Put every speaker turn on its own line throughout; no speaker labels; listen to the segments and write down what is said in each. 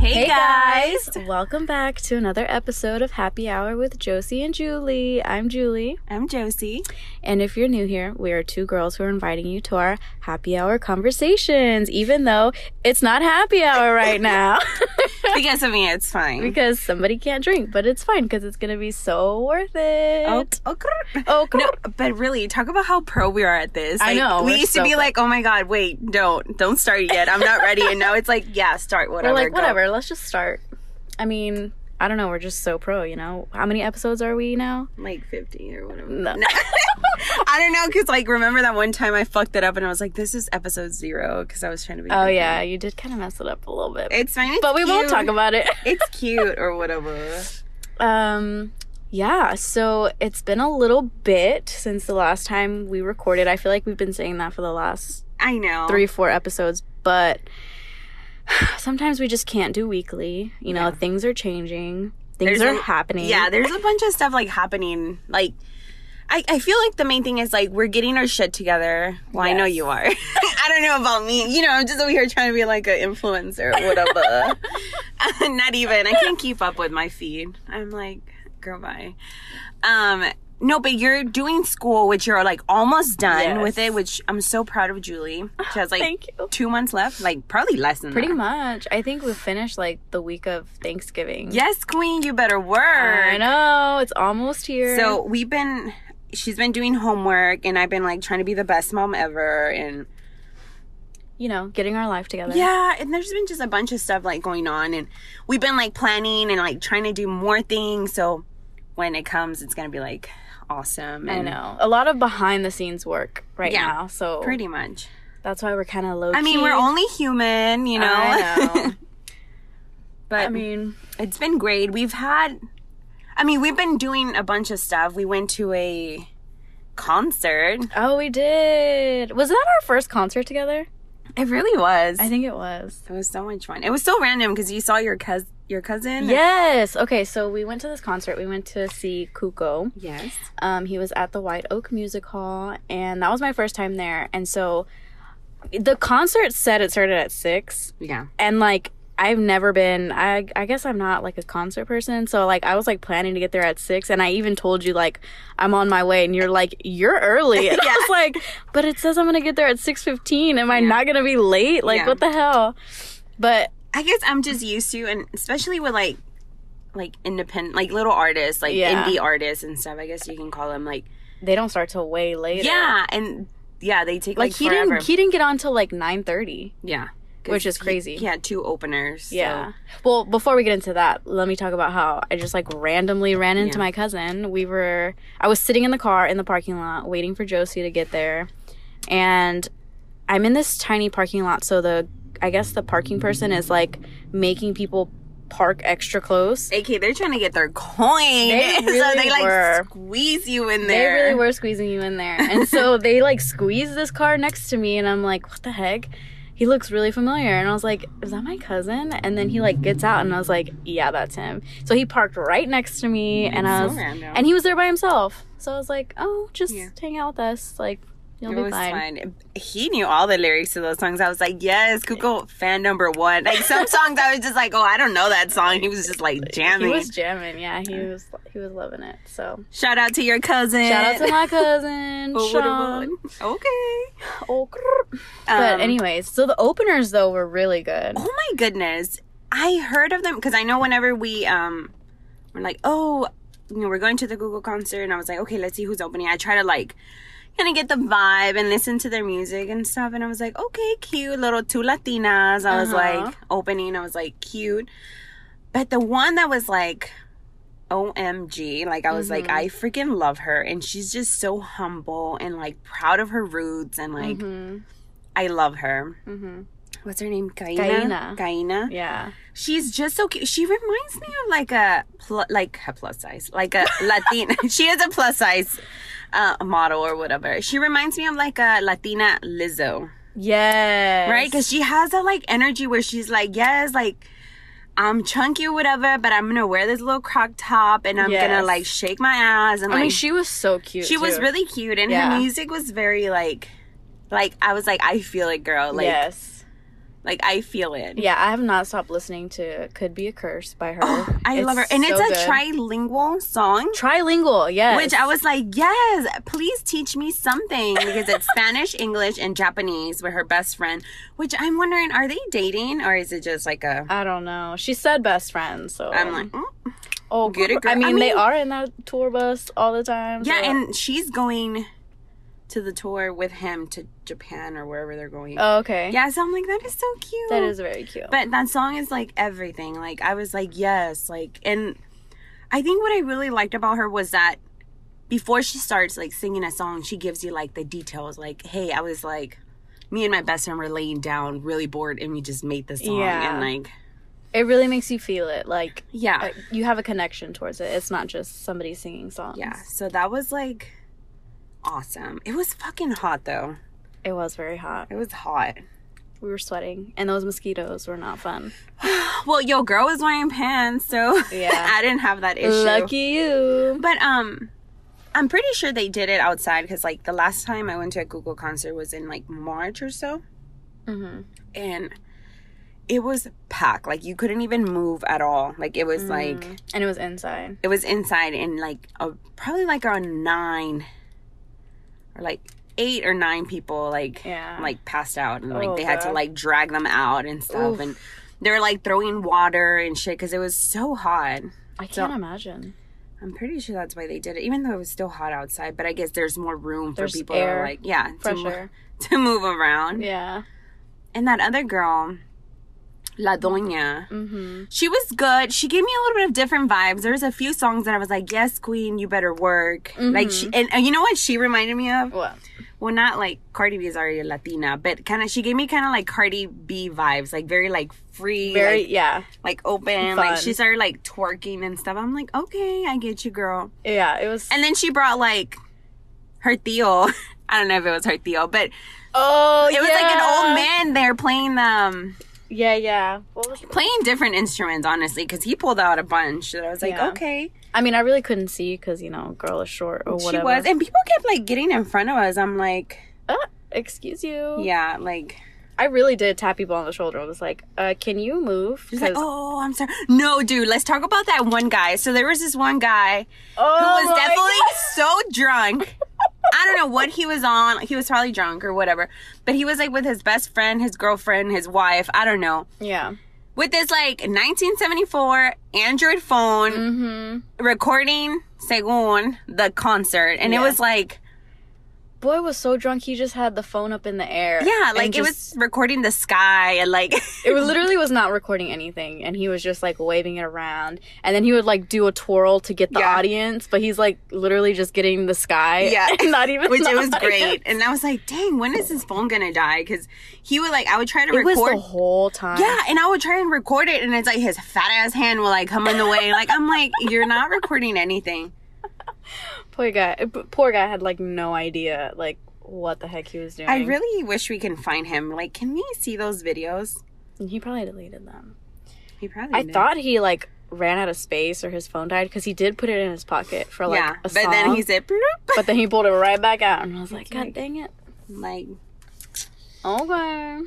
Hey, guys.
Welcome back to another episode of Happy Hour with Josie and Julie. I'm Julie,
I'm Josie.
and if you're new here, we are two girls who are inviting you to our happy hour conversations, even though it's not happy hour right now
Because of me, it's fine.
because somebody can't drink, but it's fine because it's gonna be so worth it.
Oh, oh, grr.
Oh,
No, but really, talk about how pro we are at this.
I
Like,
know,
We
we're
used to
so
be
pro.
like, oh my God, wait, don't. Don't start yet. I'm not ready. And now it's like, yeah, start whatever.
we're like,
go.
whatever, let's just start. I mean, I don't know, we're just so pro, you know? How many episodes are we now?
Like 50 or whatever.
No.
I don't know. Because, like, remember that one time I fucked it up and I was like, this is episode zero. Because I was trying to be.
Oh,
different.
yeah, you did kind of mess it up a little bit.
It's fine. It's
but we won't
cute.
talk about it.
It's cute or whatever.
Um yeah, so it's been a little bit since the last time we recorded. I feel like we've been saying that for the last
I know.
3 4 episodes, but sometimes we just can't do weekly. You know,
Yeah.
things are changing. Things
There's
are
a-
happening.
Yeah, there's a bunch of stuff like happening. Like, I, I feel like the main thing is like we're getting our shit together. Well, I know
Yes.
you are. I don't know about me. You know, I'm just over here trying to be like an influencer or whatever. Not even. I can't keep up with my feed. I'm like, girl, bye. Um, no, but you're doing school, which you're like almost done
Yes.
with it, which I'm so proud of Julie. She has like
Thank you.
two months left, like probably less than
Pretty
that.
much. I think we finished like the week of Thanksgiving.
Yes, Queen, you better work.
I know. It's almost here.
So we've been, she's been doing homework, and I've been like trying to be the best mom ever, and
you know, getting our life together.
yeah, and there's been just a bunch of stuff like going on, and we've been like planning and like trying to do more things. So when it comes, it's gonna be like awesome.
I
And
know. A lot of behind the scenes work right
Yeah.
now. So
Pretty much.
that's why we're kind of low
I mean, we're
key.
only human, you know.
I know.
but
I mean,
it's been great. We've had, I mean, we've been doing a bunch of stuff. We went to a concert.
oh, we did. Was that our first concert together?
It really was.
I think it was.
It was so much fun. It was so random because you saw your cousin, your cousin.
Yes. Okay, so we went to this concert. We went to see Kuko.
Yes.
Um, he was at the White Oak Music Hall, and that was my first time there. And so the concert said it started at six,
Yeah.
and like I've never been. I I guess I'm not like a concert person, so like I was like planning to get there at six, and I even told you like I'm on my way, and you're like you're early. And I was like, but it says I'm gonna get there at six fifteen. Am I
Yeah.
not gonna be late? Like
Yeah.
what the hell? But
I guess I'm just used to, and especially with like, like independent, like little artists, like
Yeah.
indie artists and stuff. I guess you can call them like.
they don't start till way later.
Yeah, and yeah, they take
like,
like,
he
forever.
didn't he didn't get on till like nine thirty.
yeah, 'Cause
which is
he-
crazy.
He, had two openers. so-
Yeah. Well, before we get into that, let me talk about how I just like randomly ran into
Yeah.
my cousin. We were I was sitting in the car in the parking lot waiting for Josie to get there. And I'm in this tiny parking lot, so the I guess the parking person is like making people park extra close.
AK, they're trying to get their coin,
They
so
really
they like
were.
squeeze you in
They
there.
really were squeezing you in there. And so they like squeezed this car next to me and I'm like, what the heck? He looks really familiar. And I was like, is that my cousin? And then he like gets out and I was like, yeah, that's him. So he parked right next to me and I
So
was
random.
and he was there by himself. So I was like, oh, just
Yeah.
hang out with us. Like you'll
It
be
was
fine.
fun. He knew all the lyrics to those songs. I was like, yes, Kuko fan number one. Like some songs, I was just like, oh, I don't know that song. He was just like
He
jamming.
was jamming, yeah. He was he was loving it. So
Shout out to your cousin.
shout out to my cousin
Oh, what a
Sean.
one. Okay.
Oh, grr. but
Um,
anyways, so the openers though were really good.
oh my goodness, I heard of them because I know whenever we um, we're like, oh, you know, we're going to the Google concert, and I was like, okay, let's see who's opening. I try to like. Kind of get the vibe and listen to their music and stuff. And I was like, okay, cute. Little two Latinas. I was
Uh-huh.
like, opening. I was like, cute. But the one that was like, OMG, like I was like,
Mm-hmm.
I freaking love her. And she's just so humble and like proud of her roots. And like,
Mhm.
I love her.
Mhm.
What's her name? Kaina.
Kaina.
Kaina.
Yeah.
She's just so cute. She reminds me of like a, pl- like a plus size, like a Latina. she is a plus size uh, model or whatever. She reminds me of like a Latina Lizzo
Yes.
right because she has that like energy where she's like yes like I'm chunky or whatever, but I'm gonna wear this little crop top and I'm gonna
Yes.
like shake my ass and
I
like
mean, she was so cute.
she was
too.
really cute and
Yeah.
her music was very like like I was like I feel it girl like
yes.
like I feel it
Yeah, I have not stopped listening to "Could Be a Curse" by her.
oh, I
It's
love her and it's
so
a
good.
trilingual song
trilingual. Yes,
which I was like yes please teach me something because it's Spanish English and Japanese with her best friend which I'm wondering are they dating or is it just like a
I don't know. She said best friends, so
I'm like mm.
oh,
get it,
I
girl.
mean,
I
they
mean-
are in that tour bus all the time.
yeah
so-
and she's going to the tour with him to Japan or wherever they're going
oh, okay,
yeah so I'm like that is so cute
that is very cute.
But that song is like everything. Like I was like, yes, like and I think what I really liked about her was that before she starts like singing a song, she gives you like the details. Like, hey, I was like me and my best friend were laying down really bored and we just made this song
Yeah.
and like
it really makes you feel it, like
yeah.
uh, you have a connection towards it. It's not just somebody singing songs.
yeah. So that was like awesome. It was fucking hot though.
it was very hot.
It was hot.
We were sweating, and those mosquitoes were not fun.
Well, yo, girl was wearing pants, so
Yeah.
I didn't have that issue.
Lucky you.
But um, I'm pretty sure they did it outside because like the last time I went to a Google concert was in like March or so,
hmm
and it was packed. Like you couldn't even move at all. Like it was like
and it was inside.
it was inside and like a, probably like around nine or like eight or nine people like
Yeah.
like passed out and like
Oh,
they had to
God.
like drag them out and stuff
Oof.
and they were like throwing water and shit because it was so hot.
I can't
So-
imagine.
I'm pretty sure that's why they did it, even though it was still hot outside. But I guess there's more room for
There's
people to
air,
like, yeah, to, mo-
Pressure.
to move around.
Yeah.
And that other girl, La Doña,
Mm-hmm.
she was good. She gave me a little bit of different vibes. There was a few songs that I was like, "Yes, Queen, you better work." Like, she,
Mm-hmm.
and, and you know what she reminded me of?
What?
Well, not like Cardi B is already Latina, but kind of she gave me kind of like Cardi B vibes, like very like free,
Very.
like,
yeah.
like open.
Fun.
Like she started like twerking and stuff. I'm like, okay, I get you, girl.
Yeah. It was.
And then she brought like her Theo. I don't know if it was her Theo, but it
oh,
was like an old man there playing um
Yeah, yeah.
playing different instruments, honestly, because he pulled out a bunch that I was like,
Yeah.
okay,
I mean, I really couldn't see because you know, girl is short or
she
whatever.
was, and people kept like getting in front of us. I'm like,
Ah, excuse you.
yeah, like
I really did tap people on the shoulder. I was like, uh, "Can you move?"
she's like,
'Cause-
oh, I'm sorry, no, dude, let's talk about that one guy. So there was this one guy
oh,
who was
my
definitely
God.
so drunk. I don't know what he was on. He was probably drunk or whatever. But he was like with his best friend, his girlfriend, his wife. I don't know.
Yeah.
with this like 1974 Android phone
Mm-hmm.
recording según the concert, and
Yeah.
it was like
Boy was so drunk he just had the phone up in the air.
yeah,
and
like it
just-
was recording the sky and like
It was literally was not recording anything, and he was just like waving it around, and then he would like do a twirl to get the
Yeah.
audience, but he's like literally just getting the sky.
Yeah.
and not even.
which
the
it was
audience.
great. And I was like, dang, when is this phone gonna die? Because he would like I would try to
It was
record.
the whole time.
yeah, and I would try and record it, and it's like his fat ass hand will like come in the way. Like I'm like, you're not recording anything.
Poor guy. Uh, p- Poor guy had like no idea like what the heck he was doing.
I really wish we can find him. Like, can we see those videos?
He probably deleted them.
He probably.
I
did.
thought he like ran out of space or his phone died because he did put it in his pocket for like
yeah,
a
but
song.
then he said, "Bloop."
but then he pulled it right back out, and I was like, God
like-
dang it.
like
Okay.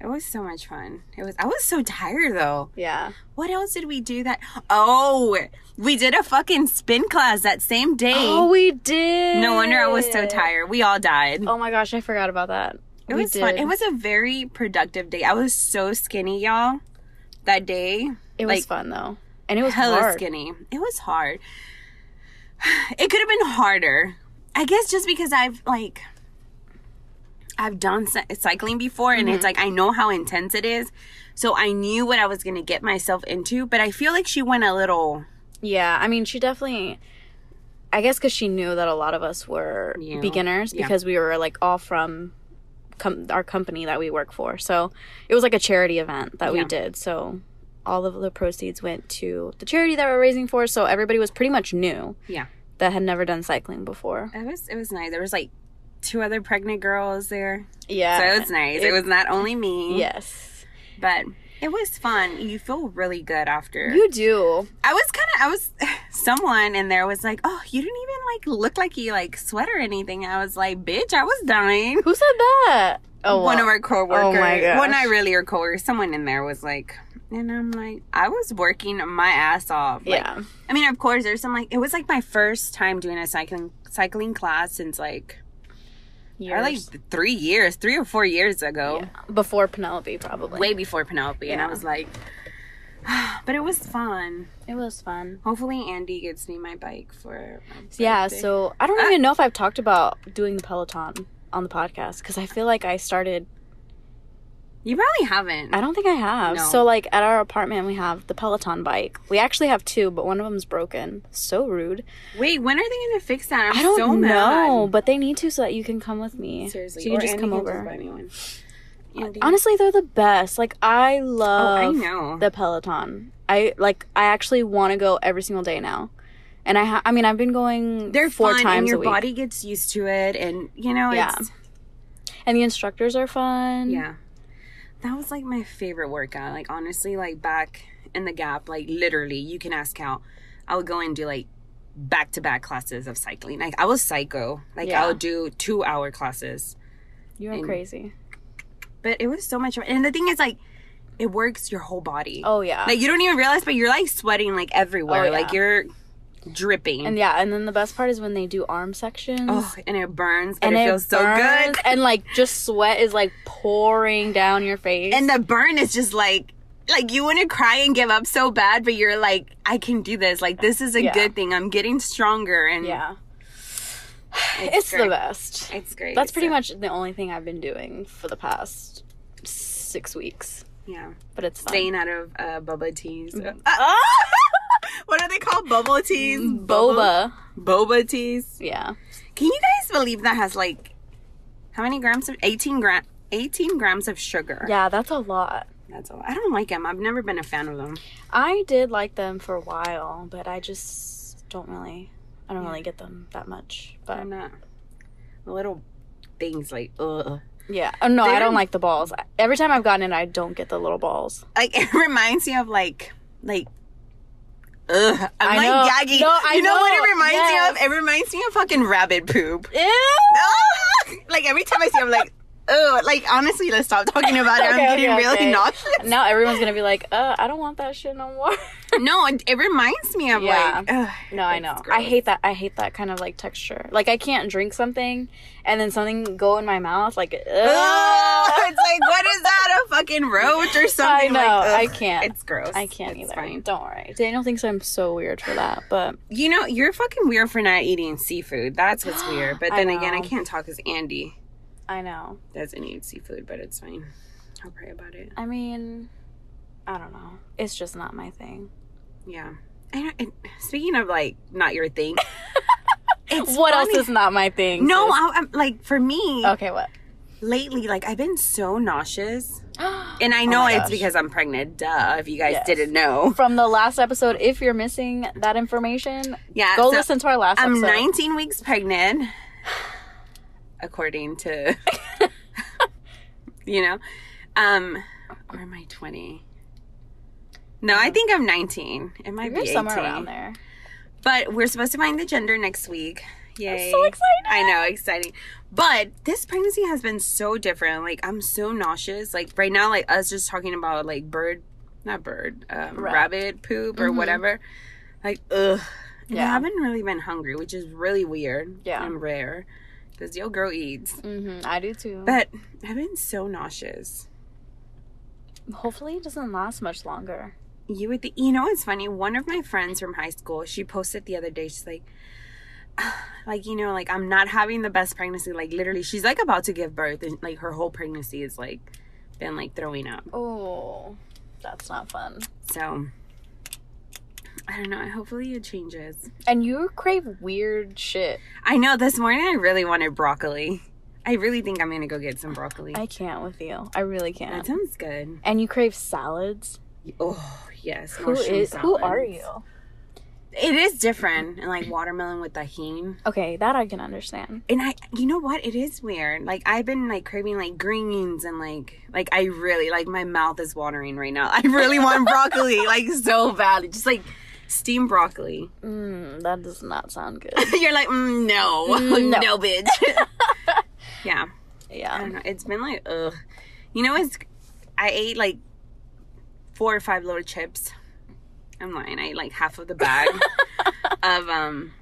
It was so much fun. It was. I was so tired though.
Yeah.
What else did we do that? Oh, we did a fucking spin class that same day.
Oh, we did.
no wonder I was so tired. We all died.
Oh my gosh, I forgot about that.
it
We
was fun.
did.
It was a very productive day. I was so skinny, y'all. That day,
It was
like-
fun though, and it was
hella
hard.
skinny. It was hard. It could have been harder. I guess just because I've like I've done cy- cycling before and
Mm-hmm.
it's like I know how intense it is. So I knew what I was going to get myself into, but I feel like she went a little
Yeah, I mean, she definitely. I guess because she knew that a lot of us were
Yeah.
beginners
Yeah.
because we were like all from com- our company that we work for. So it was like a charity event that we
Yeah.
did. So all of the proceeds went to the charity that we're raising for. So everybody was pretty much new.
Yeah.
That had never done cycling before.
It was it was nice. There was like two other pregnant girls there. So
Yeah.
it was nice. It, was not only me.
yes.
But It was fun. You feel really good after.
You do.
I was kind of, I was, someone in there was like, oh, you didn't even like look like you like sweat or anything. I was like, bitch, I was dying.
Who said that?
One
Oh, wow.
of our coworkers,
Oh, my gosh.
well, not really our coworkers, someone in there was like, and I'm like, I was working my ass off. Like,
yeah.
I mean, of course, there's some like, it was like my first time doing a cycling, cycling class since like, or, like
Years.
three years, three or four years ago.
Yeah. Before Penelope, probably.
Way before Penelope. And I
Yeah.
was like, but it was fun.
It was fun.
Hopefully, Andy gets me my bike for. My
Yeah,
birthday.
so I don't
Ah.
even know if I've talked about doing the Peloton on the podcast because I feel like I started
you probably haven't.
I don't think I have.
No.
So like at our apartment we have the Peloton bike. We actually have two, but one of them's broken. So rude.
Wait, when are they gonna fix that? I'm
I don't
so
know,
mad.
but they need to so that you can come with me.
Seriously,
so you
or
can just
Andy
come
can
over.
buy me one. Andy.
Honestly, they're the best. Like I
oh,
love
I know.
the Peloton. I like I actually want to go every single day now. And I ha- I mean I've been going
They're
four
fun,
times
and your
a week.
body gets used to it, and you know,
Yeah.
it's
and the instructors are fun.
yeah. That was like my favorite workout. Like honestly, like back in the gap, like literally, you can ask Cal. I would go and do like back to back classes of cycling. Like I was psycho. Like
Yeah.
I would do two hour classes.
You're
And-
crazy.
but it was so much fun. And the thing is, like, it works your whole body.
Oh yeah.
Like, you don't even realize, but you're like sweating like everywhere.
Oh, yeah.
Like, you're dripping.
and
And,
yeah, and then the best part is when they do arm sections.
oh, and it burns, but it, feels so
burns,
good.
And like just sweat is like pouring down your face.
And the burn is just like, like you want to cry and give up so bad, but you're like, I can do this. Like, this is a
Yeah.
good thing. I'm getting stronger. And
yeah,
it's,
it's
great.
the best.
It's great.
That's pretty
So,
much the only thing I've been doing for the past six weeks.
yeah.
But it's fun. Mm-hmm.
Staying out of uh, bubble teas. what are they called? Bubble teas.
Mm, Boba.
Boba teas.
Yeah.
Can you guys believe that has like how many grams of 18 gram 18 grams of sugar?
Yeah, that's a lot.
That's all. I don't like them. I've never been a fan of them.
I did like them for a while, but I just don't really. I don't really get them that much.
They're
But
not the little things like ugh.
yeah. Oh, no, I
They're-
don't like the balls. Every time I've gotten it, I don't get the little balls.
Like it reminds me of like like ugh. I'm
I
like
know.
gaggy.
No, I
you know, what
know.
it reminds
Yes.
me of? It reminds me of fucking rabbit poop.
Ew!
Ugh. like every time I see it, I'm like, ugh. Like honestly, let's stop talking about it. I'm
Okay,
getting
okay,
really
okay.
nauseous.
Now everyone's gonna be like, uh, I don't want that shit no more.
No, it, it reminds me of
Yeah.
like ugh.
No, I
It's
know. I
gross.
hate that. I hate that kind of like texture. Like I can't drink something and then something go in my mouth. Like ugh.
Ugh. it's like what is that a fucking roach or something
I know.
like ugh.
I can't.
it's gross
I can't
It's
either.
fine.
Don't worry. Daniel thinks I'm so weird for that, but
you know you're fucking weird for not eating seafood that's what's weird but
I
then again i
know.
can't talk because andy
I know.
doesn't eat seafood but it's fine i'll pray about it
I mean, I don't know. It's just not my thing.
yeah I know, and speaking of like not your thing it's
what
funny-
else is not my thing?
no
sis?
I, am like for me
okay. What?
lately like i've been so nauseous and i know
Oh my
it's
gosh.
because i'm pregnant duh if you guys
Yes.
didn't know
From the last episode, if you're missing that information,
yeah
go
Uh, so-
listen to our last
I'm
episode.
19 weeks pregnant, according to, you know, um, or am I 20? No, I think I'm 19. It might
You're
be 18.
somewhere around there.
But we're supposed to find the gender next week. Yay!
I'm so excited.
I know, exciting. But this pregnancy has been so different. Like I'm so nauseous. Like right now, like us just talking about like bird, not bird, um,
Rat.
rabbit poop or
Mhm.
whatever. Like ugh. And I
Yeah.
haven't really been hungry, which is really weird.
Yeah.
And rare, because yo girl eats.
Mm-hmm, I do too.
But I've been so nauseous.
Hopefully, it doesn't last much longer.
you would think, you know it's funny one of my friends from high school she posted the other day she's like like you know like i'm not having the best pregnancy like literally she's like about to give birth and like her whole pregnancy is like been like throwing up
Oh, that's not fun.
so i don't know hopefully it changes
And you crave weird shit.
i know this morning i really wanted broccoli i really think i'm gonna go get some broccoli
I can't with you. I really
that
can't.
sounds good
And you crave salads.
oh yes
Who
mushroom
is? Who
salads.
are you?
It is different, and like watermelon with tahini.
Okay, that I can understand.
And I, you know what? It is weird. Like I've been like craving like greens and like like I really like my mouth is watering right now. I really want broccoli like so badly, just like steamed broccoli.
Mm, that does not sound good.
You're like mm, no,
Mm, no. Um,
no, bitch. yeah, I
Yeah.
don't know. It's been like ugh. You know, it's I ate like four or five little chips. I'm lying. I ate like half of the bag of um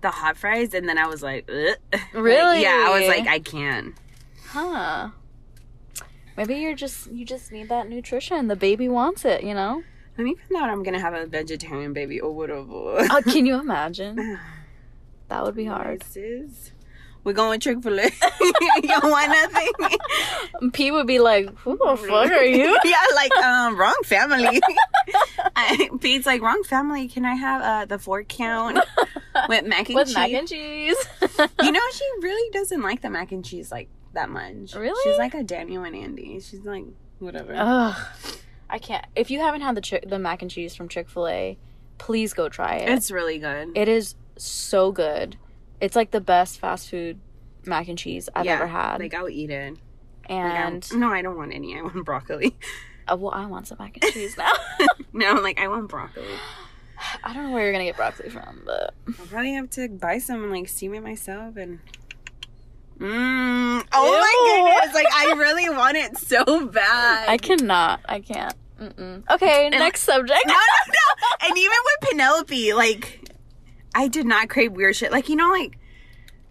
the hot fries, and then I was like, ugh. Like,
Really?
yeah, I was like, I can't.
huh. Maybe you're just you just need that nutrition. The baby wants it, you know.
Let me find out I'm gonna have a vegetarian baby. Oh, what
Uh, can you imagine? That would be hard.
We're going Chick Fil A. you want nothing?
Um, P would be like, "Who the fuck are you?"
yeah, like um, wrong family. I, Pete's like wrong family. Can I have uh, the four count with mac and
With
cheese?
mac and cheese.
you know, she really doesn't like the mac and cheese like that much.
Really? Oh,
She's like a Daniel and Andy. She's like whatever.
Ugh, I can't. If you haven't had the chick the mac and cheese from Chick Fil A, please go try it.
it's really good.
it is so good. It's like the best fast food mac and cheese I've
Yeah,
ever had.
Like um, mm. I'll eat it. Like, I-
and
no, I don't want any. I want broccoli.
Uh, well, I want some mac and cheese now.
no, like I want broccoli.
I don't know where you're gonna get broccoli from, but
I'll probably have to buy some and like steam it myself and. Mm, oh my
Ew.
goodness! Like I really want it so bad.
I cannot. I can't. Mm-mm. Okay, next subject.
no, no, no. And even with Penelope, like, I did not crave weird shit. Like, you know, like,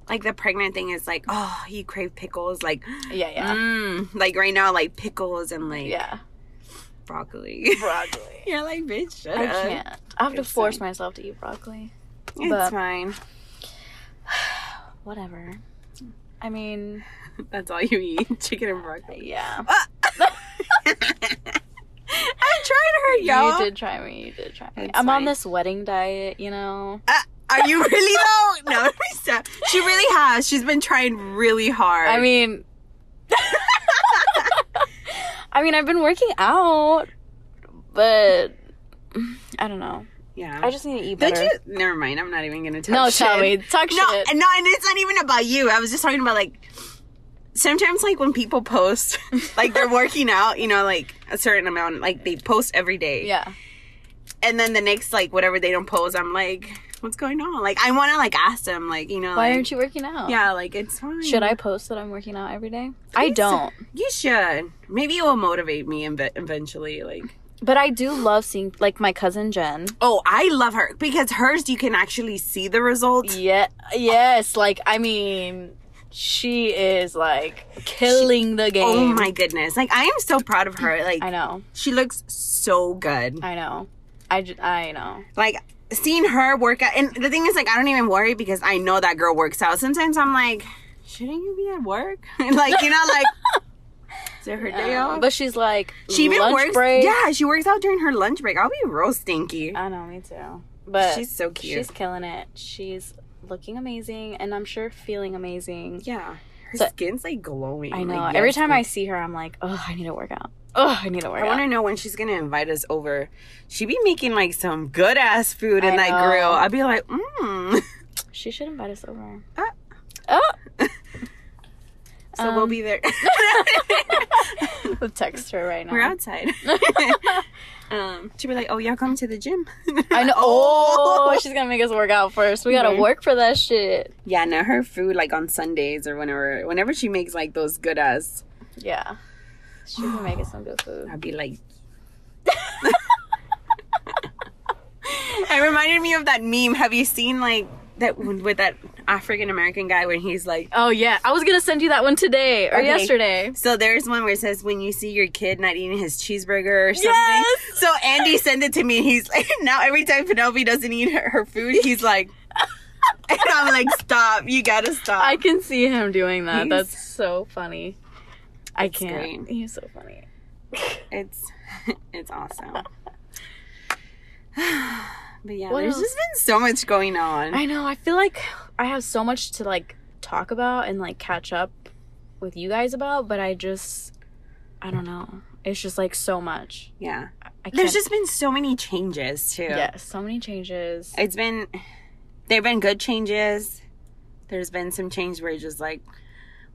like the pregnant thing is like, oh, you crave pickles. Like,
yeah, yeah,
mm, like right now, like pickles and like
yeah.
broccoli.
Broccoli.
You're like, bitch, shut
I
up.
can't. I have to
It's
force
fine.
myself to eat broccoli.
It's
But-
fine.
Whatever. I mean,
That's all you eat, chicken and broccoli.
yeah.
I tried her, y'all.
You did try me. You did try me.
It's
I'm on
fine.
this wedding diet, you know.
Uh, are you really though? No, let me stop. She really has. She's been trying really hard.
I mean, I mean, I've been working out, but I don't know.
yeah.
I just need to eat
Don't
better.
you? Never mind. I'm not even gonna tell.
no, tell me. Talk
No,
shit.
no, and it's not even about you. I was just talking about like sometimes like when people post like they're working out, you know, like a certain amount, like they post every day.
Yeah.
And then the next like whatever they don't post, I'm like, what's going on? Like I wanna like ask them, like, you know,
Why
like,
aren't you working out?
Yeah, like it's fine.
Should I post that I'm working out every day? I
Mm-hmm. Please.
don't.
You should. Maybe it will motivate me inve- eventually. Like,
But I do love seeing like my cousin Jen.
oh, I love her because hers you can actually see the results.
Yeah. Yes, like I mean, she is like killing the game.
Oh my goodness! Like I am so proud of her. Like
I know.
she looks so good.
I know. I ju- I know.
like seeing her work out and the thing is like i don't even worry because i know that girl works out sometimes i'm like shouldn't you be at work like you know like is it her day
Yeah.
off
But she's like
she even
lunch
works
break.
yeah she works out during her lunch break i'll be real stinky
I know, me too. But
she's so cute
Uh, she's killing it. She's looking amazing and I'm sure feeling amazing.
yeah her
So-
skin's like glowing
I
Like,
know.
yes,
Every time I
like-
see her I'm like, "Oh, I need to work out. Oh, I need to work
I
out."
want to know when she's gonna invite us over. She be making like some good ass food in
I
that
know.
grill. I'd be like, mm.
She should invite us over.
Ah.
Oh.
so we'll
Um,
be there.
We'll text her right now.
We're outside. um, she'd be like, "Oh, y'all come to the gym?"
I know. Oh, she's gonna make us work out first. We gotta
Right.
work for that shit.
yeah. No, her food like on Sundays or whenever, whenever she makes like those good ass,
Yeah. She can make us some good food.
I'd be like. it reminded me of that meme. Have you seen like that one with that African American guy when he's like?
Oh yeah, I was gonna send you that one today or
Okay.
yesterday.
So there's one where it says when you see your kid not eating his cheeseburger or something.
Yes!
So Andy sent it to me and he's like now every time Penelope doesn't eat her, her food, he's like and I'm like, Stop, you gotta stop.
I can see him doing that.
He's-
That's so funny. I can't.
great.
He's so funny.
It's it's awesome. but yeah,
What
there's
else?
just been so much going on.
I know. I feel like I have so much to like talk about and like catch up with you guys about, but I just, I don't know. It's just like so much.
yeah.
I
There's just been so many changes too.
yeah, so many changes.
It's been there've been good changes. There's been some change where you're just like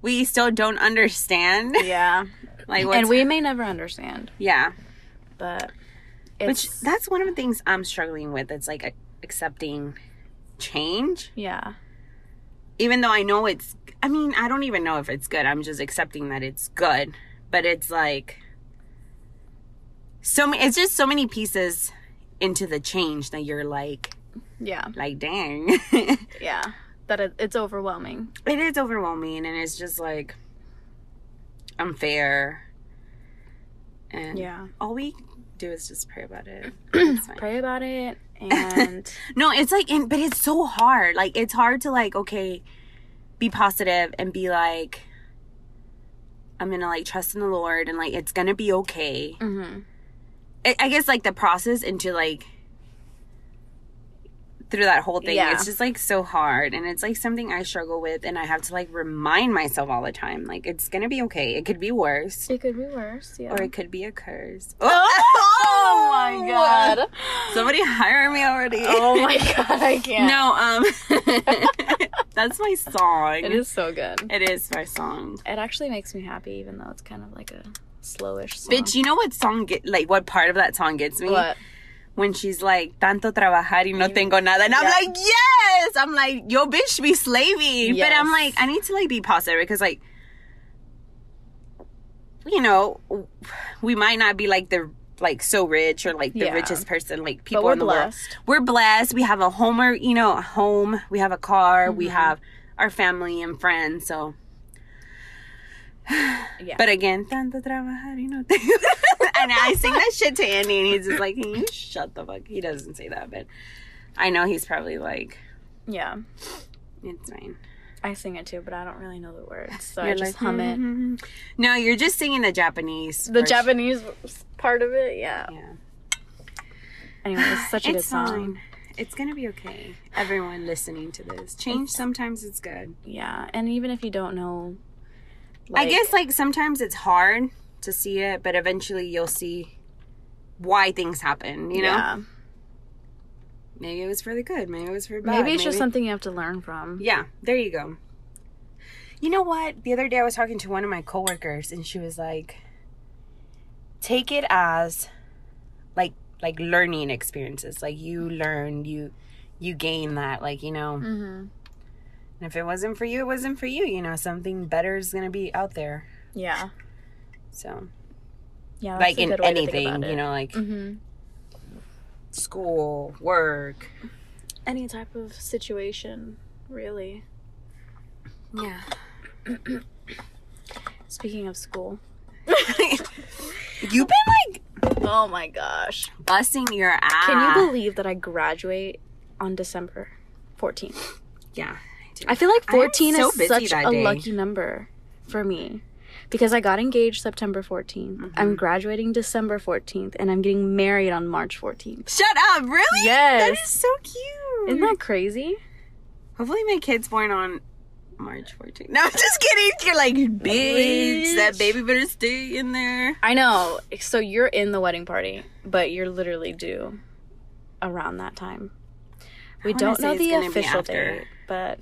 we still don't understand.
yeah,
like what's,
and we may never understand,
yeah.
but
Which
it's
that's one of the things I'm struggling with. It's like a- accepting change,
yeah,
even though I know it's. I mean, I don't even know if it's good. I'm just accepting that it's good, but it's like so. ma- It's just so many pieces into the change that you're like,
yeah,
like, dang, it
yeah. That it, it's overwhelming.
is overwhelming, and it's just like unfair. And
Yeah.
all we do is just pray about it. It's fine.
Pray about it, and
No, it's like, and, but it's so hard. Like, it's hard to like, okay, be positive and be like, I'm gonna like trust in the Lord and like it's gonna be okay.
hmm
I, I guess like the process into like through that whole thing,
Yeah.
it's just like so hard, and it's like something I struggle with, and I have to like remind myself all the time, like it's gonna be okay. It could be worse,
it could be worse. Yeah.
or it could be a curse.
oh my god.
Somebody hire me already.
Oh my god, I can't.
No, um, that's my song.
It is so good.
It is my song.
It actually makes me happy, even though it's kind of like a slowish song.
Bitch, you know what song get like what part of that song gets me?
What?
When she's like, "Tanto trabajar y no
You-
tengo nada," and I'm
Yeah.
like, "Yes!" I'm like, "Yo, bitch, be slaving," but I'm like,
Yes.
I need to like be positive because like, you know, we might not be like the like so rich or like the
Yeah.
richest person like people
But we're
in the world.
blessed.
we're blessed. We have a home, or you know, a home. We have a car. We
Mm-hmm.
have our family and friends. So,
Yeah.
but again, tanto trabajar y no te- and I sing that shit to Andy, and he's just like, "Can you shut the fuck?" He doesn't say that, but I know he's probably like,
yeah.
"It's fine."
I sing it too, but I don't really know the words, so I
You're
just
like,
hum it.
"Mhm." No, you're just singing the Japanese.
The
version.
Japanese part of it, yeah.
Yeah.
Anyway, it's such a good
It's
song.
fine. It's gonna be okay. Everyone listening to this, change sometimes it's good.
Yeah, and even if you don't know,
I guess like sometimes it's hard to see it, but eventually you'll see why things happen. You know,
yeah.
maybe it was for the good, maybe it was for bad.
maybe it's just something you have to learn from.
Yeah, there you go. You know what? The other day I was talking to one of my coworkers, and she was like, "Take it as like like learning experiences. Like you learn, you you gain that. Like you know,
Mm-hmm.
and if it wasn't for you, it wasn't for you. You know, something better is gonna be out there.
Yeah.
So
Yeah. that's
like
a
in
good way to think
anything,
about
you
it.
know, like."
Mhm.
school, work.
Any type of situation, really.
Yeah.
Speaking of school.
You've been like
Oh my gosh. Ah.
busting your ass.
Can you believe that I graduate on December 14th?
Yeah.
I feel like
I am
14
so
is
busy
such
that
a
day.
lucky number for me because I got engaged September 14th.
Mm-hmm.
I'm graduating December 14th and I'm getting married on March 14th.
Shut up, really? That
Yes.
is so cute.
Isn't that crazy?
Hopefully my kid's born on March 14th. No, I'm just kidding. You're like, bitch, that
Bitch.
baby better stay in there.
I know. So you're in the wedding party, but you're literally due around that time. We
wanna
don't
say
know
it's
the
gonna be
official
after.
date, but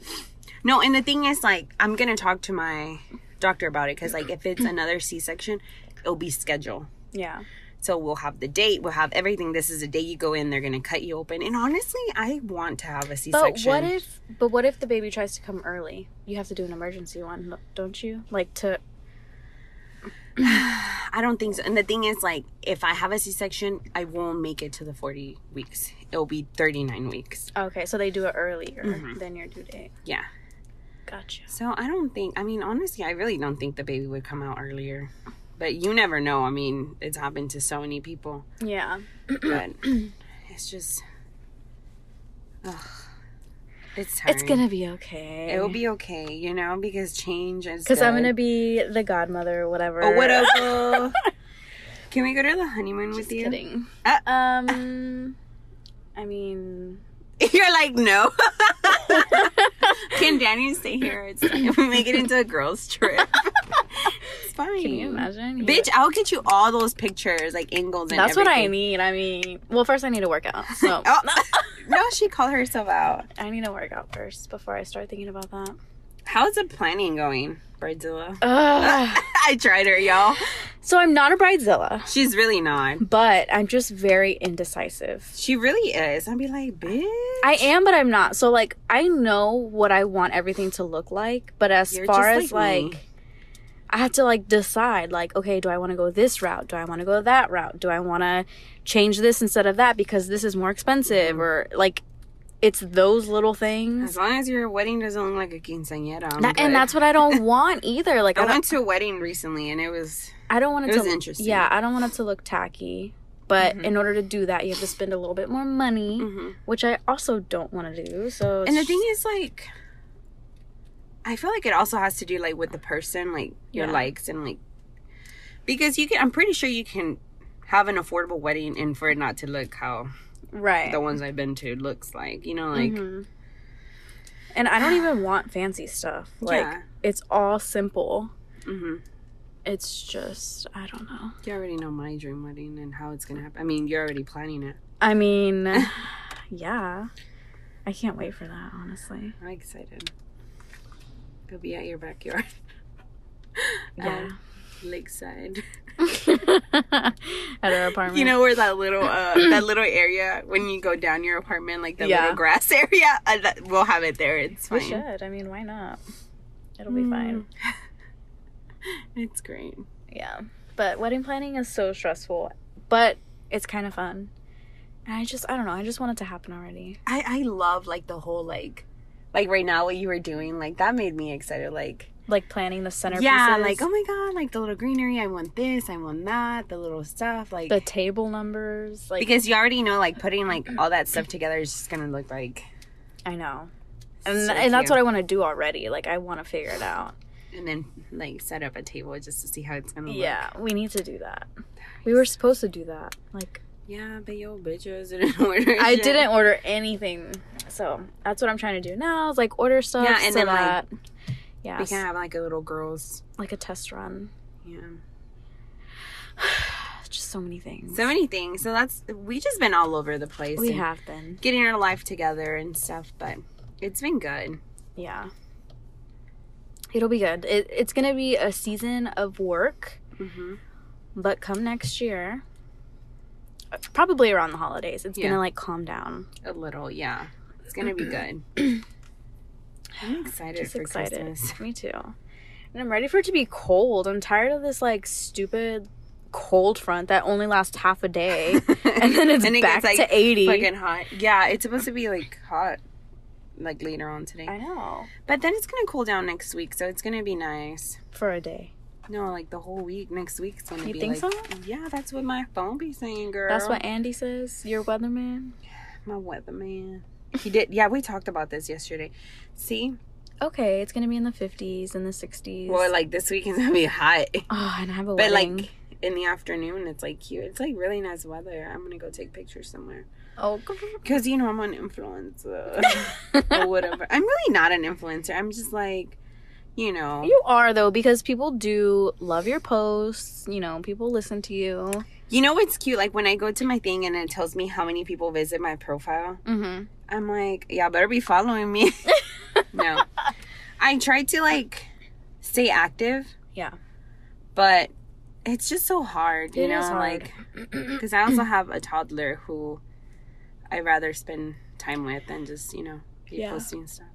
No, and the thing is, like, I'm going to talk to my doctor about it because, like, if it's another C-section, it'll be scheduled.
yeah.
So we'll have the date, we'll have everything. This is the day you go in, they're going to cut you open. And honestly, I want to have a
But
C-section.
what if? But what if the baby tries to come early? You have to do an emergency one, don't you? Like to
I don't think so. And the thing is, like, if I have a C section, I won't make it to the 40 weeks. It'll be 39 weeks.
Okay, so they do it earlier than your due date.
Yeah.
Gotcha.
So I don't think, I mean, honestly, I really don't think the baby would come out earlier. But you never know. I mean, it's happened to so many people.
Yeah.
But it's just, ugh, it's tiring.
It's gonna be okay.
It'll be okay, you know, because change is.
because I'm
good.
gonna be the godmother or whatever.
Oh, what up? Can we go to the honeymoon
Just
with you?
kidding.
Uh,
um, I mean,
You're like, no. Can Danny stay here? It's we make it into a girls' trip. fine.
Can you imagine? He
Bitch, I'll get you all those pictures, like angles and
That's what I
everything.
need. I mean, well, first I need to work out. So
Oh, no, she called herself out.
I need to work out first before I start thinking about that.
How's the planning going, Bridezilla?
Ugh.
I tried her, y'all.
so I'm not a bridezilla,
She's really not.
but I'm just very indecisive.
She really is. I'd be like, bitch.
I am, but I'm not. So like, I know what I want everything to look like, but as
You're
far
just
as
like me.
like, I have to like decide like, okay, do I want to go this route? Do I want to go that route? Do I want to change this instead of that because this is more expensive
Mm-hmm.
or like, it's those little things.
As long as your wedding doesn't look like a quinceañera. I'm
That-
good.
and that's what I don't want either. Like
I
I don't,
went to a wedding recently and it was
I don't want it,
It was
to
interesting.
Yeah, I don't want it to look tacky. But
Mhm.
in order to do that, you have to spend a little bit more money, which I also don't want to do. So
Mm. And the thing is, like, I feel like it also has to do like with the person, like your
Yeah.
likes and like because you can. I'm pretty sure you can have an affordable wedding and for it not to look how
right?
the ones I've been to looks like. You know, like
Mhm. and I don't even want fancy stuff. Like
Yeah.
it's all simple.
hmm
It's just I don't know.
you already know my dream wedding and how it's gonna happen. I mean, you're already planning it.
I mean, yeah, I can't wait for that. Honestly,
I'm excited. It'll be at your backyard, Uh,
yeah.
lakeside.
At our apartment,
You know where that little uh, that little area when you go down your apartment, like the
Yeah.
little grass area, uh, that, we'll have it there. It's
we
fine. Mm.
should. I mean, why not? It'll be fine.
It's great.
Yeah. But wedding planning is so stressful, but it's kind of fun. And I just, I don't know, I just want it to happen already.
I I love like the whole like like right now what you were doing like that made me excited. Like
Like planning the centerpieces.
yeah, like oh my god, like the little greenery. I want this. I want that. The little stuff like
the table numbers. Like,
because you already know like putting like all that stuff together is just gonna look like
I know. And,
So
and that's
cute.
what I want to do already. Like, I want to figure it out.
and then like set up a table just to see how it's gonna look.
Yeah, we need to do that. We were supposed to do that. Like,
Yeah, but yo bitches didn't order.
I
shit.
didn't order anything. So that's what I'm trying to do now is like order stuff.
Yeah, and
so
then, like,
that, yeah,
We can have like a little girls.
like a test run.
Yeah.
Just so many things.
So many things. So that's we just been all over the place.
we
and
have been.
getting our life together and stuff, but it's been good.
Yeah. It'll be good. It, it's going to be a season of work,
Mm-hmm.
but come next year, uh, probably around the holidays, it's going
Yeah.
to like calm down.
A little, yeah. It's gonna be good. I'm excited
Just
for
excited.
Christmas.
Me too. And I'm ready for it to be cold. I'm tired of this like stupid cold front that only lasts half a day and then it's
And it
back
gets, like,
to 80.
Fucking hot. Yeah, it's supposed to be like hot, like later on today.
I know.
But then it's gonna cool down next week, so it's gonna be nice.
For a day.
No, like the whole week next week's gonna
You
be.
think
like,
so?
Yeah, that's what my phone be saying, girl.
That's what Andy says. Your weatherman.
my weatherman. He did. Yeah, we talked about this yesterday. See,
Okay, it's going to be in the 50s and the 60s.
well, like this weekend's gonna be hot.
oh, and I have a
But
wedding.
like in the afternoon, it's like cute. It's like really nice weather. I'm gonna go take pictures somewhere
oh,
because you know I'm an influencer or whatever. I'm really not an influencer. I'm just like, you know,
You are though, because people do love your posts. You know, people listen to you.
you know what's cute? Like when I go to my thing and it tells me how many people visit my profile,
Mm-hmm.
I'm like, y'all better be following me. no, I try to like stay active.
Yeah.
but it's just so hard, you
It
know,
is hard.
like. because I also have a toddler who I rather spend time with than just you know be
Yeah.
posting stuff.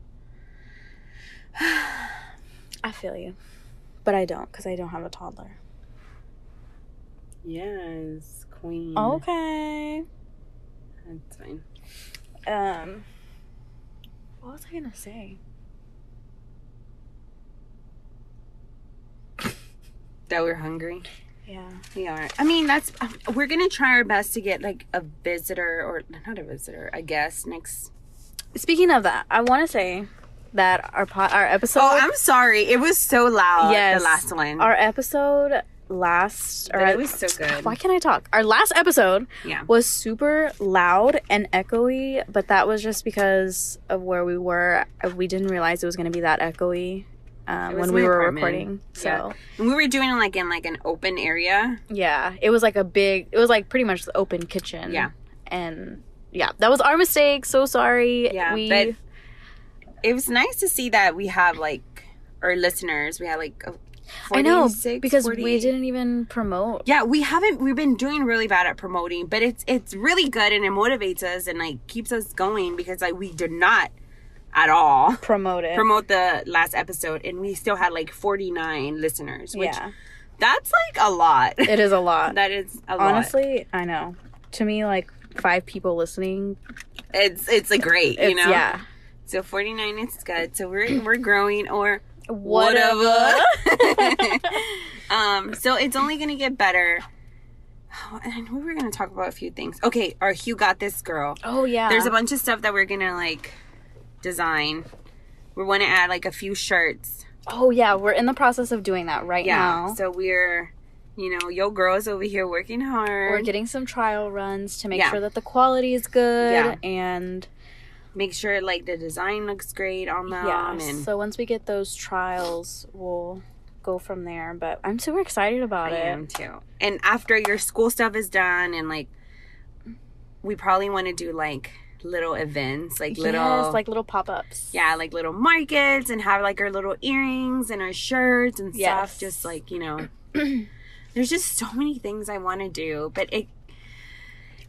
I feel you, but I don't because I don't have a toddler.
Yes, queen.
Oh. Okay.
that's fine.
Um. What was I gonna say?
That we're hungry.
Yeah.
We are. I mean, that's um, we're gonna try our best to get like a visitor or not a visitor, a guest next.
Speaking of that, I want to say that our pot, our episode,
Oh, I'm sorry. It was so loud.
Yes.
the last one.
our episode last,
But
or
it was so good.
why can't I talk? Our last episode
Yeah.
was super loud and echoey, Uh, but that was just because of where we were. We didn't realize it was going to be that echoey.
It
um,
was
when we
my
were
apartment.
recording. So
And we were doing it like in like an open area.
yeah. it was like a big. It was like pretty much the open kitchen.
Yeah.
and yeah, that was our mistake. So sorry.
Yeah,
we
but- It was nice to see that we have like our listeners. We had like a
I know
46,
because
48.
we didn't even promote.
Yeah, we haven't. We've been doing really bad at promoting, but it's it's really good and it motivates us and like keeps us going because like we did not at all
Promote it.
promote the last episode and we still had like 49 listeners which
yeah,
that's like a lot
it is a lot.
that is a lot
Honestly, I know. To me, like five people listening,
it's it's a great
it's,
you know
yeah,
so 49 is good so we're we're growing or
whatever.
um so it's only gonna get better oh, and i know we were gonna talk about a few things okay our hugh got this girl
oh yeah,
there's a bunch of stuff that we're gonna like design we want to add like a few shirts
Oh yeah, we're in the process of doing that right
yeah
now.
so we're you know yo girls over here working hard
We're getting some trial runs to make
Yeah.
sure that the quality is good
Yeah.
and
make sure like the design looks great on them
yeah.
Um, and
So once we get those trials, we'll go from there. But I'm super excited about
I
it.
am too. And after your school stuff is done and like we probably want to do like little events, like little
yes, like little pop ups.
yeah, like little markets and have like our little earrings and our shirts and
Yes.
stuff just like, you know. there's just so many things I want to do, but it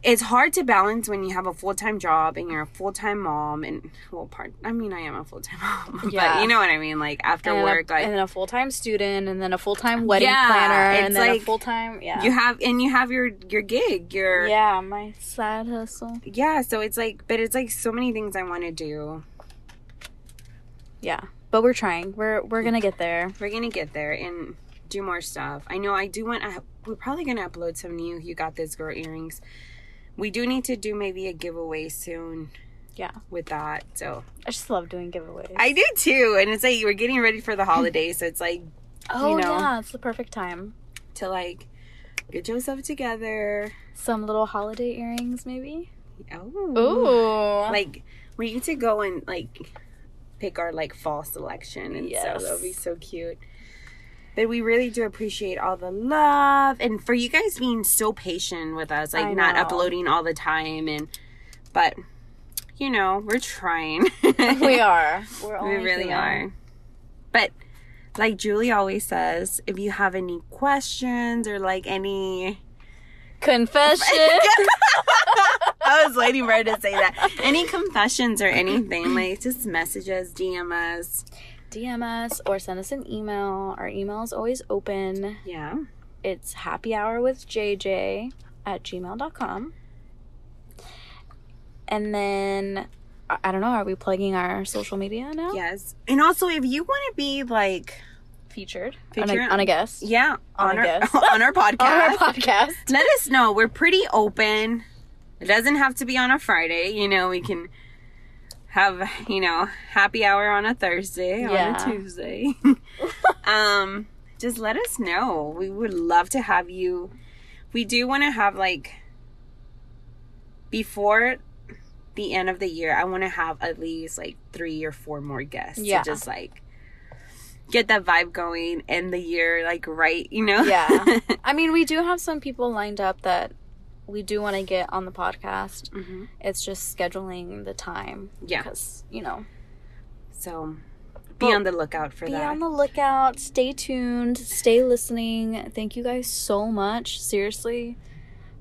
it's hard to balance when you have a full-time job and you're a full-time mom and well part I mean I am a full-time mom but
Yeah.
you know what I mean like after
And then,
work
a,
like
and then a full time student, and then a full time wedding
Yeah,
planner,
it's
and then
like-
a full time yeah,
you have and you have your your gig your yeah.
yeah, my side hustle.
so it's like but it's like so many things i want to do
Yeah, but we're trying. We're we're gonna get there.
we're gonna get there and do more stuff i know i do want I, we're probably gonna upload some new you got this girl earrings we do need to do maybe a giveaway soon
Yeah.
with that so
I just love doing giveaways.
i do too and it's like we're getting ready for the holidays so it's like
oh
know.
yeah, it's the perfect time.
to like get yourself together
Some little holiday earrings, maybe.
oh
Ooh.
like we need to go and like pick our like fall selection and
Yes.
so that'll be so cute but we really do appreciate all the love and for you guys being so patient with us like
I
not
know.
uploading all the time and but you know we're trying
we are. We're
we
only
really
human.
are but like julie always says if you have any questions or like any
Confession.
I was waiting for her to say that. Any confessions or anything, like just message us, DM us.
DM us or send us an email. Our email is always open.
Yeah.
It's happy hour with JJ at gmail.com. And then I I don't know, are we plugging our social media now?
Yes. And also, if you want to be like,
Featured. on,
Featured.
a, on a guest.
yeah,
On
on,
a
our
guest.
on our podcast,
On our podcast.
let us know. We're pretty open. It doesn't have to be on a Friday. You know, we can have you know happy hour on a Thursday,
Yeah.
on a Tuesday. um, just let us know. We would love to have you. We do want to have like before the end of the year. I want to have at least like three or four more guests.
Yeah.
to just like get that vibe going and the year like right. You know.
Yeah. I mean, we do have some people lined up that we do want to get on the podcast.
Mhm.
It's just scheduling the time.
Yeah.
Because, you know,
So be
Well,
on the lookout for
be
that.
on the lookout. Stay tuned. Stay listening. Thank you guys so much, seriously,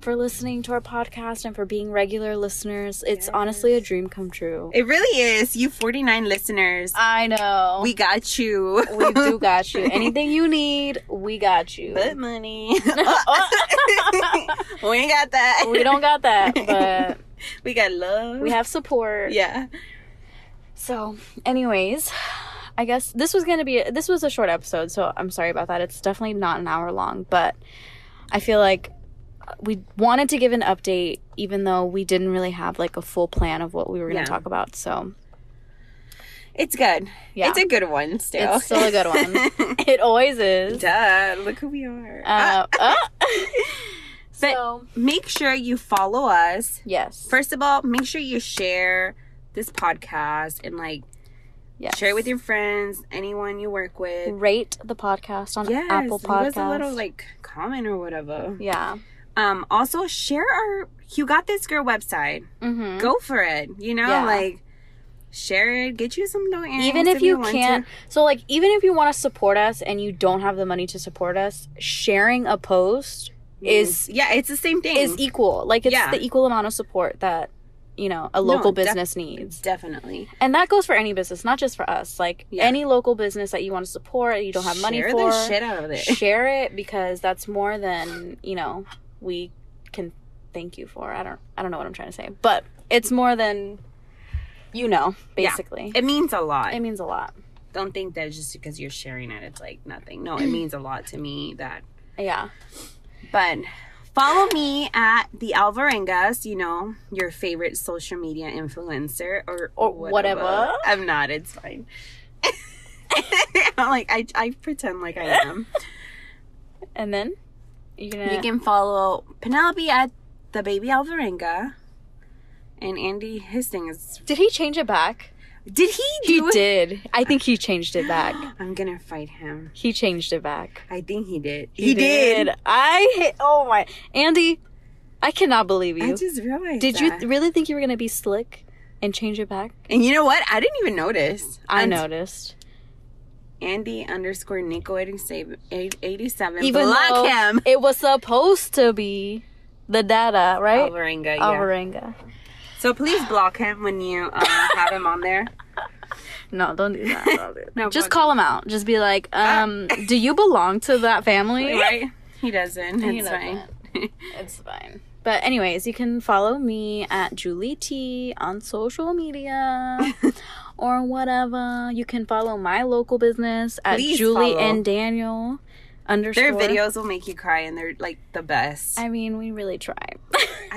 for listening to our podcast and for being regular listeners. It's
Yes.
honestly a dream come true.
it really is. You 49 listeners,
I know.
we got you.
Oh. we do got you. Anything you need, we got you.
But money. we ain't got that.
we don't got that, but
We got love.
we have support.
Yeah.
So, anyways, I guess this was going to be this was a short episode, so I'm sorry about that. It's definitely not an hour long, but I feel like we wanted to give an update even though we didn't really have like a full plan of what we were going to
Yeah.
talk about. So,
It's good.
yeah.
It's a good one still.
It's still a good one. it always is.
Duh. Look who we are.
Uh, uh.
But-
so,
Make sure you follow us.
yes.
First of all, make sure you share this podcast and like
Yes.
Share it with your friends, anyone you work with.
Rate the podcast on
yes,
Apple
leave us
Podcasts.
a little like comment or whatever.
yeah.
Um, also share our you got this girl website.
Mm-hmm.
Go for it. You know,
Yeah.
like share it, get you some little earrings
even if you
want
can't
Mm-hmm. to.
so like even if you want to support us and you don't have the money to support us sharing a post is
yeah, it's the same thing.
is equal like it's
Yeah.
the equal amount of support that you know a
No,
local
def-
business needs
Definitely.
and that goes for any business not just for us like
Yeah.
any local business that you want to support you don't have money
share
for
the shit out of it.
share it because that's more than you know we can thank you for i don't i don't know what i'm trying to say but it's more than you know
Yeah.
basically
It means a lot.
it means a lot
Don't think that just because you're sharing it, it's like nothing. No, it
Mm-hmm.
means a lot to me that
yeah
But follow me at the Alvarengas, you know, your favorite social media influencer or,
Or whatever.
I'm not, it's fine. I'm like I, I pretend like I am.
And then you gonna
You can follow Penelope at the baby Alvarenga. And Andy, his thing is.
Did he change it back?
Did he do it?
did. I think he changed it back.
I'm gonna fight him.
He changed it back.
I think he did. He, did.
I hit, oh my Andy, I cannot believe
I
you.
just realized.
Did you
that.
really think you were gonna be slick and change it back?
and you know what? I didn't even notice.
I
Unt-
noticed.
Andy underscore Nico 87.
Even
Block
though
him.
it was supposed to be the data, right?
Alvarenga, yeah.
Alvarenga.
So please block him when you um, have him on there.
No, don't do that. Don't do that.
No,
Just
block
call him out. Just be like, um, do you belong to that family?
him, right? He doesn't.
He
It's fine.
It's fine. But anyways, you can follow me at Julie T on social media or whatever. You can follow my local business at
Please
Julie
follow.
and Daniel
Their
underscore.
videos will make you cry, and they're like the best. I,
I mean, we really try.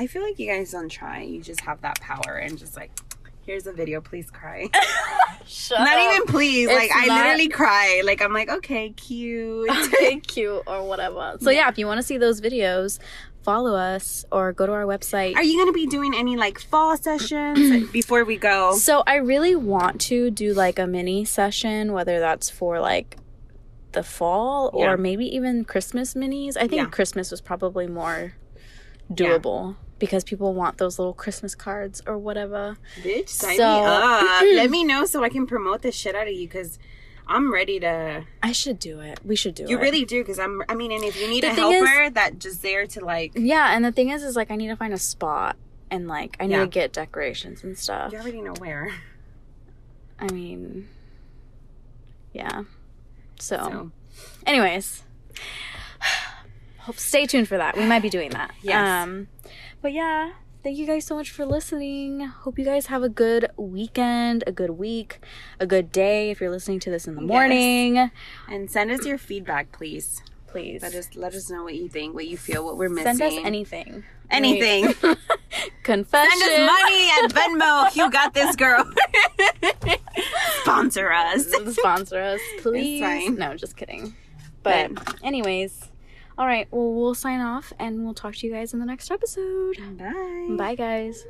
feel like you guys don't try. You just have that power, and just like, here's a video. Please cry.
Shut
not even please.
It's
like I
not-
literally cry. Like I'm like, okay, cute.
thank you or whatever. So yeah, if you want to see those videos, follow us or go to our website.
Are you gonna be doing any like fall sessions before we go?
So I really want to do like a mini session, whether that's for like the fall
Yeah.
or maybe even Christmas minis. I think
Yeah.
Christmas was probably more
Yeah.
doable because people want those little Christmas cards or whatever.
Bitch, sign
So-
me up. Let me know so I can promote the shit out of you because I'm ready to.
I should do it. We should do it.
You really do because I'm. I mean, and if you need
The
a
thing is- Mm-hmm.
helper that just there to like, you
Yeah, and the thing is is like I need to find a spot and like I need
Yeah.
to get decorations and stuff.
already know where.
I mean Yeah. So,
So
anyways hope stay tuned for that we might be doing that
Yes.
um but yeah thank you guys so much for listening hope you guys have a good weekend a good week a good day if you're listening to this in the
Yes.
morning
and send us your feedback, please.
please
Let us let us know what you think, what you feel, what we're missing.
send us anything
anything. send
confession
us money at Venmo. You got this, girl. Sponsor us.
sponsor us please
fine.
no just kidding but anyways all right well we'll sign off and we'll talk to you guys in the next episode
Bye.
bye guys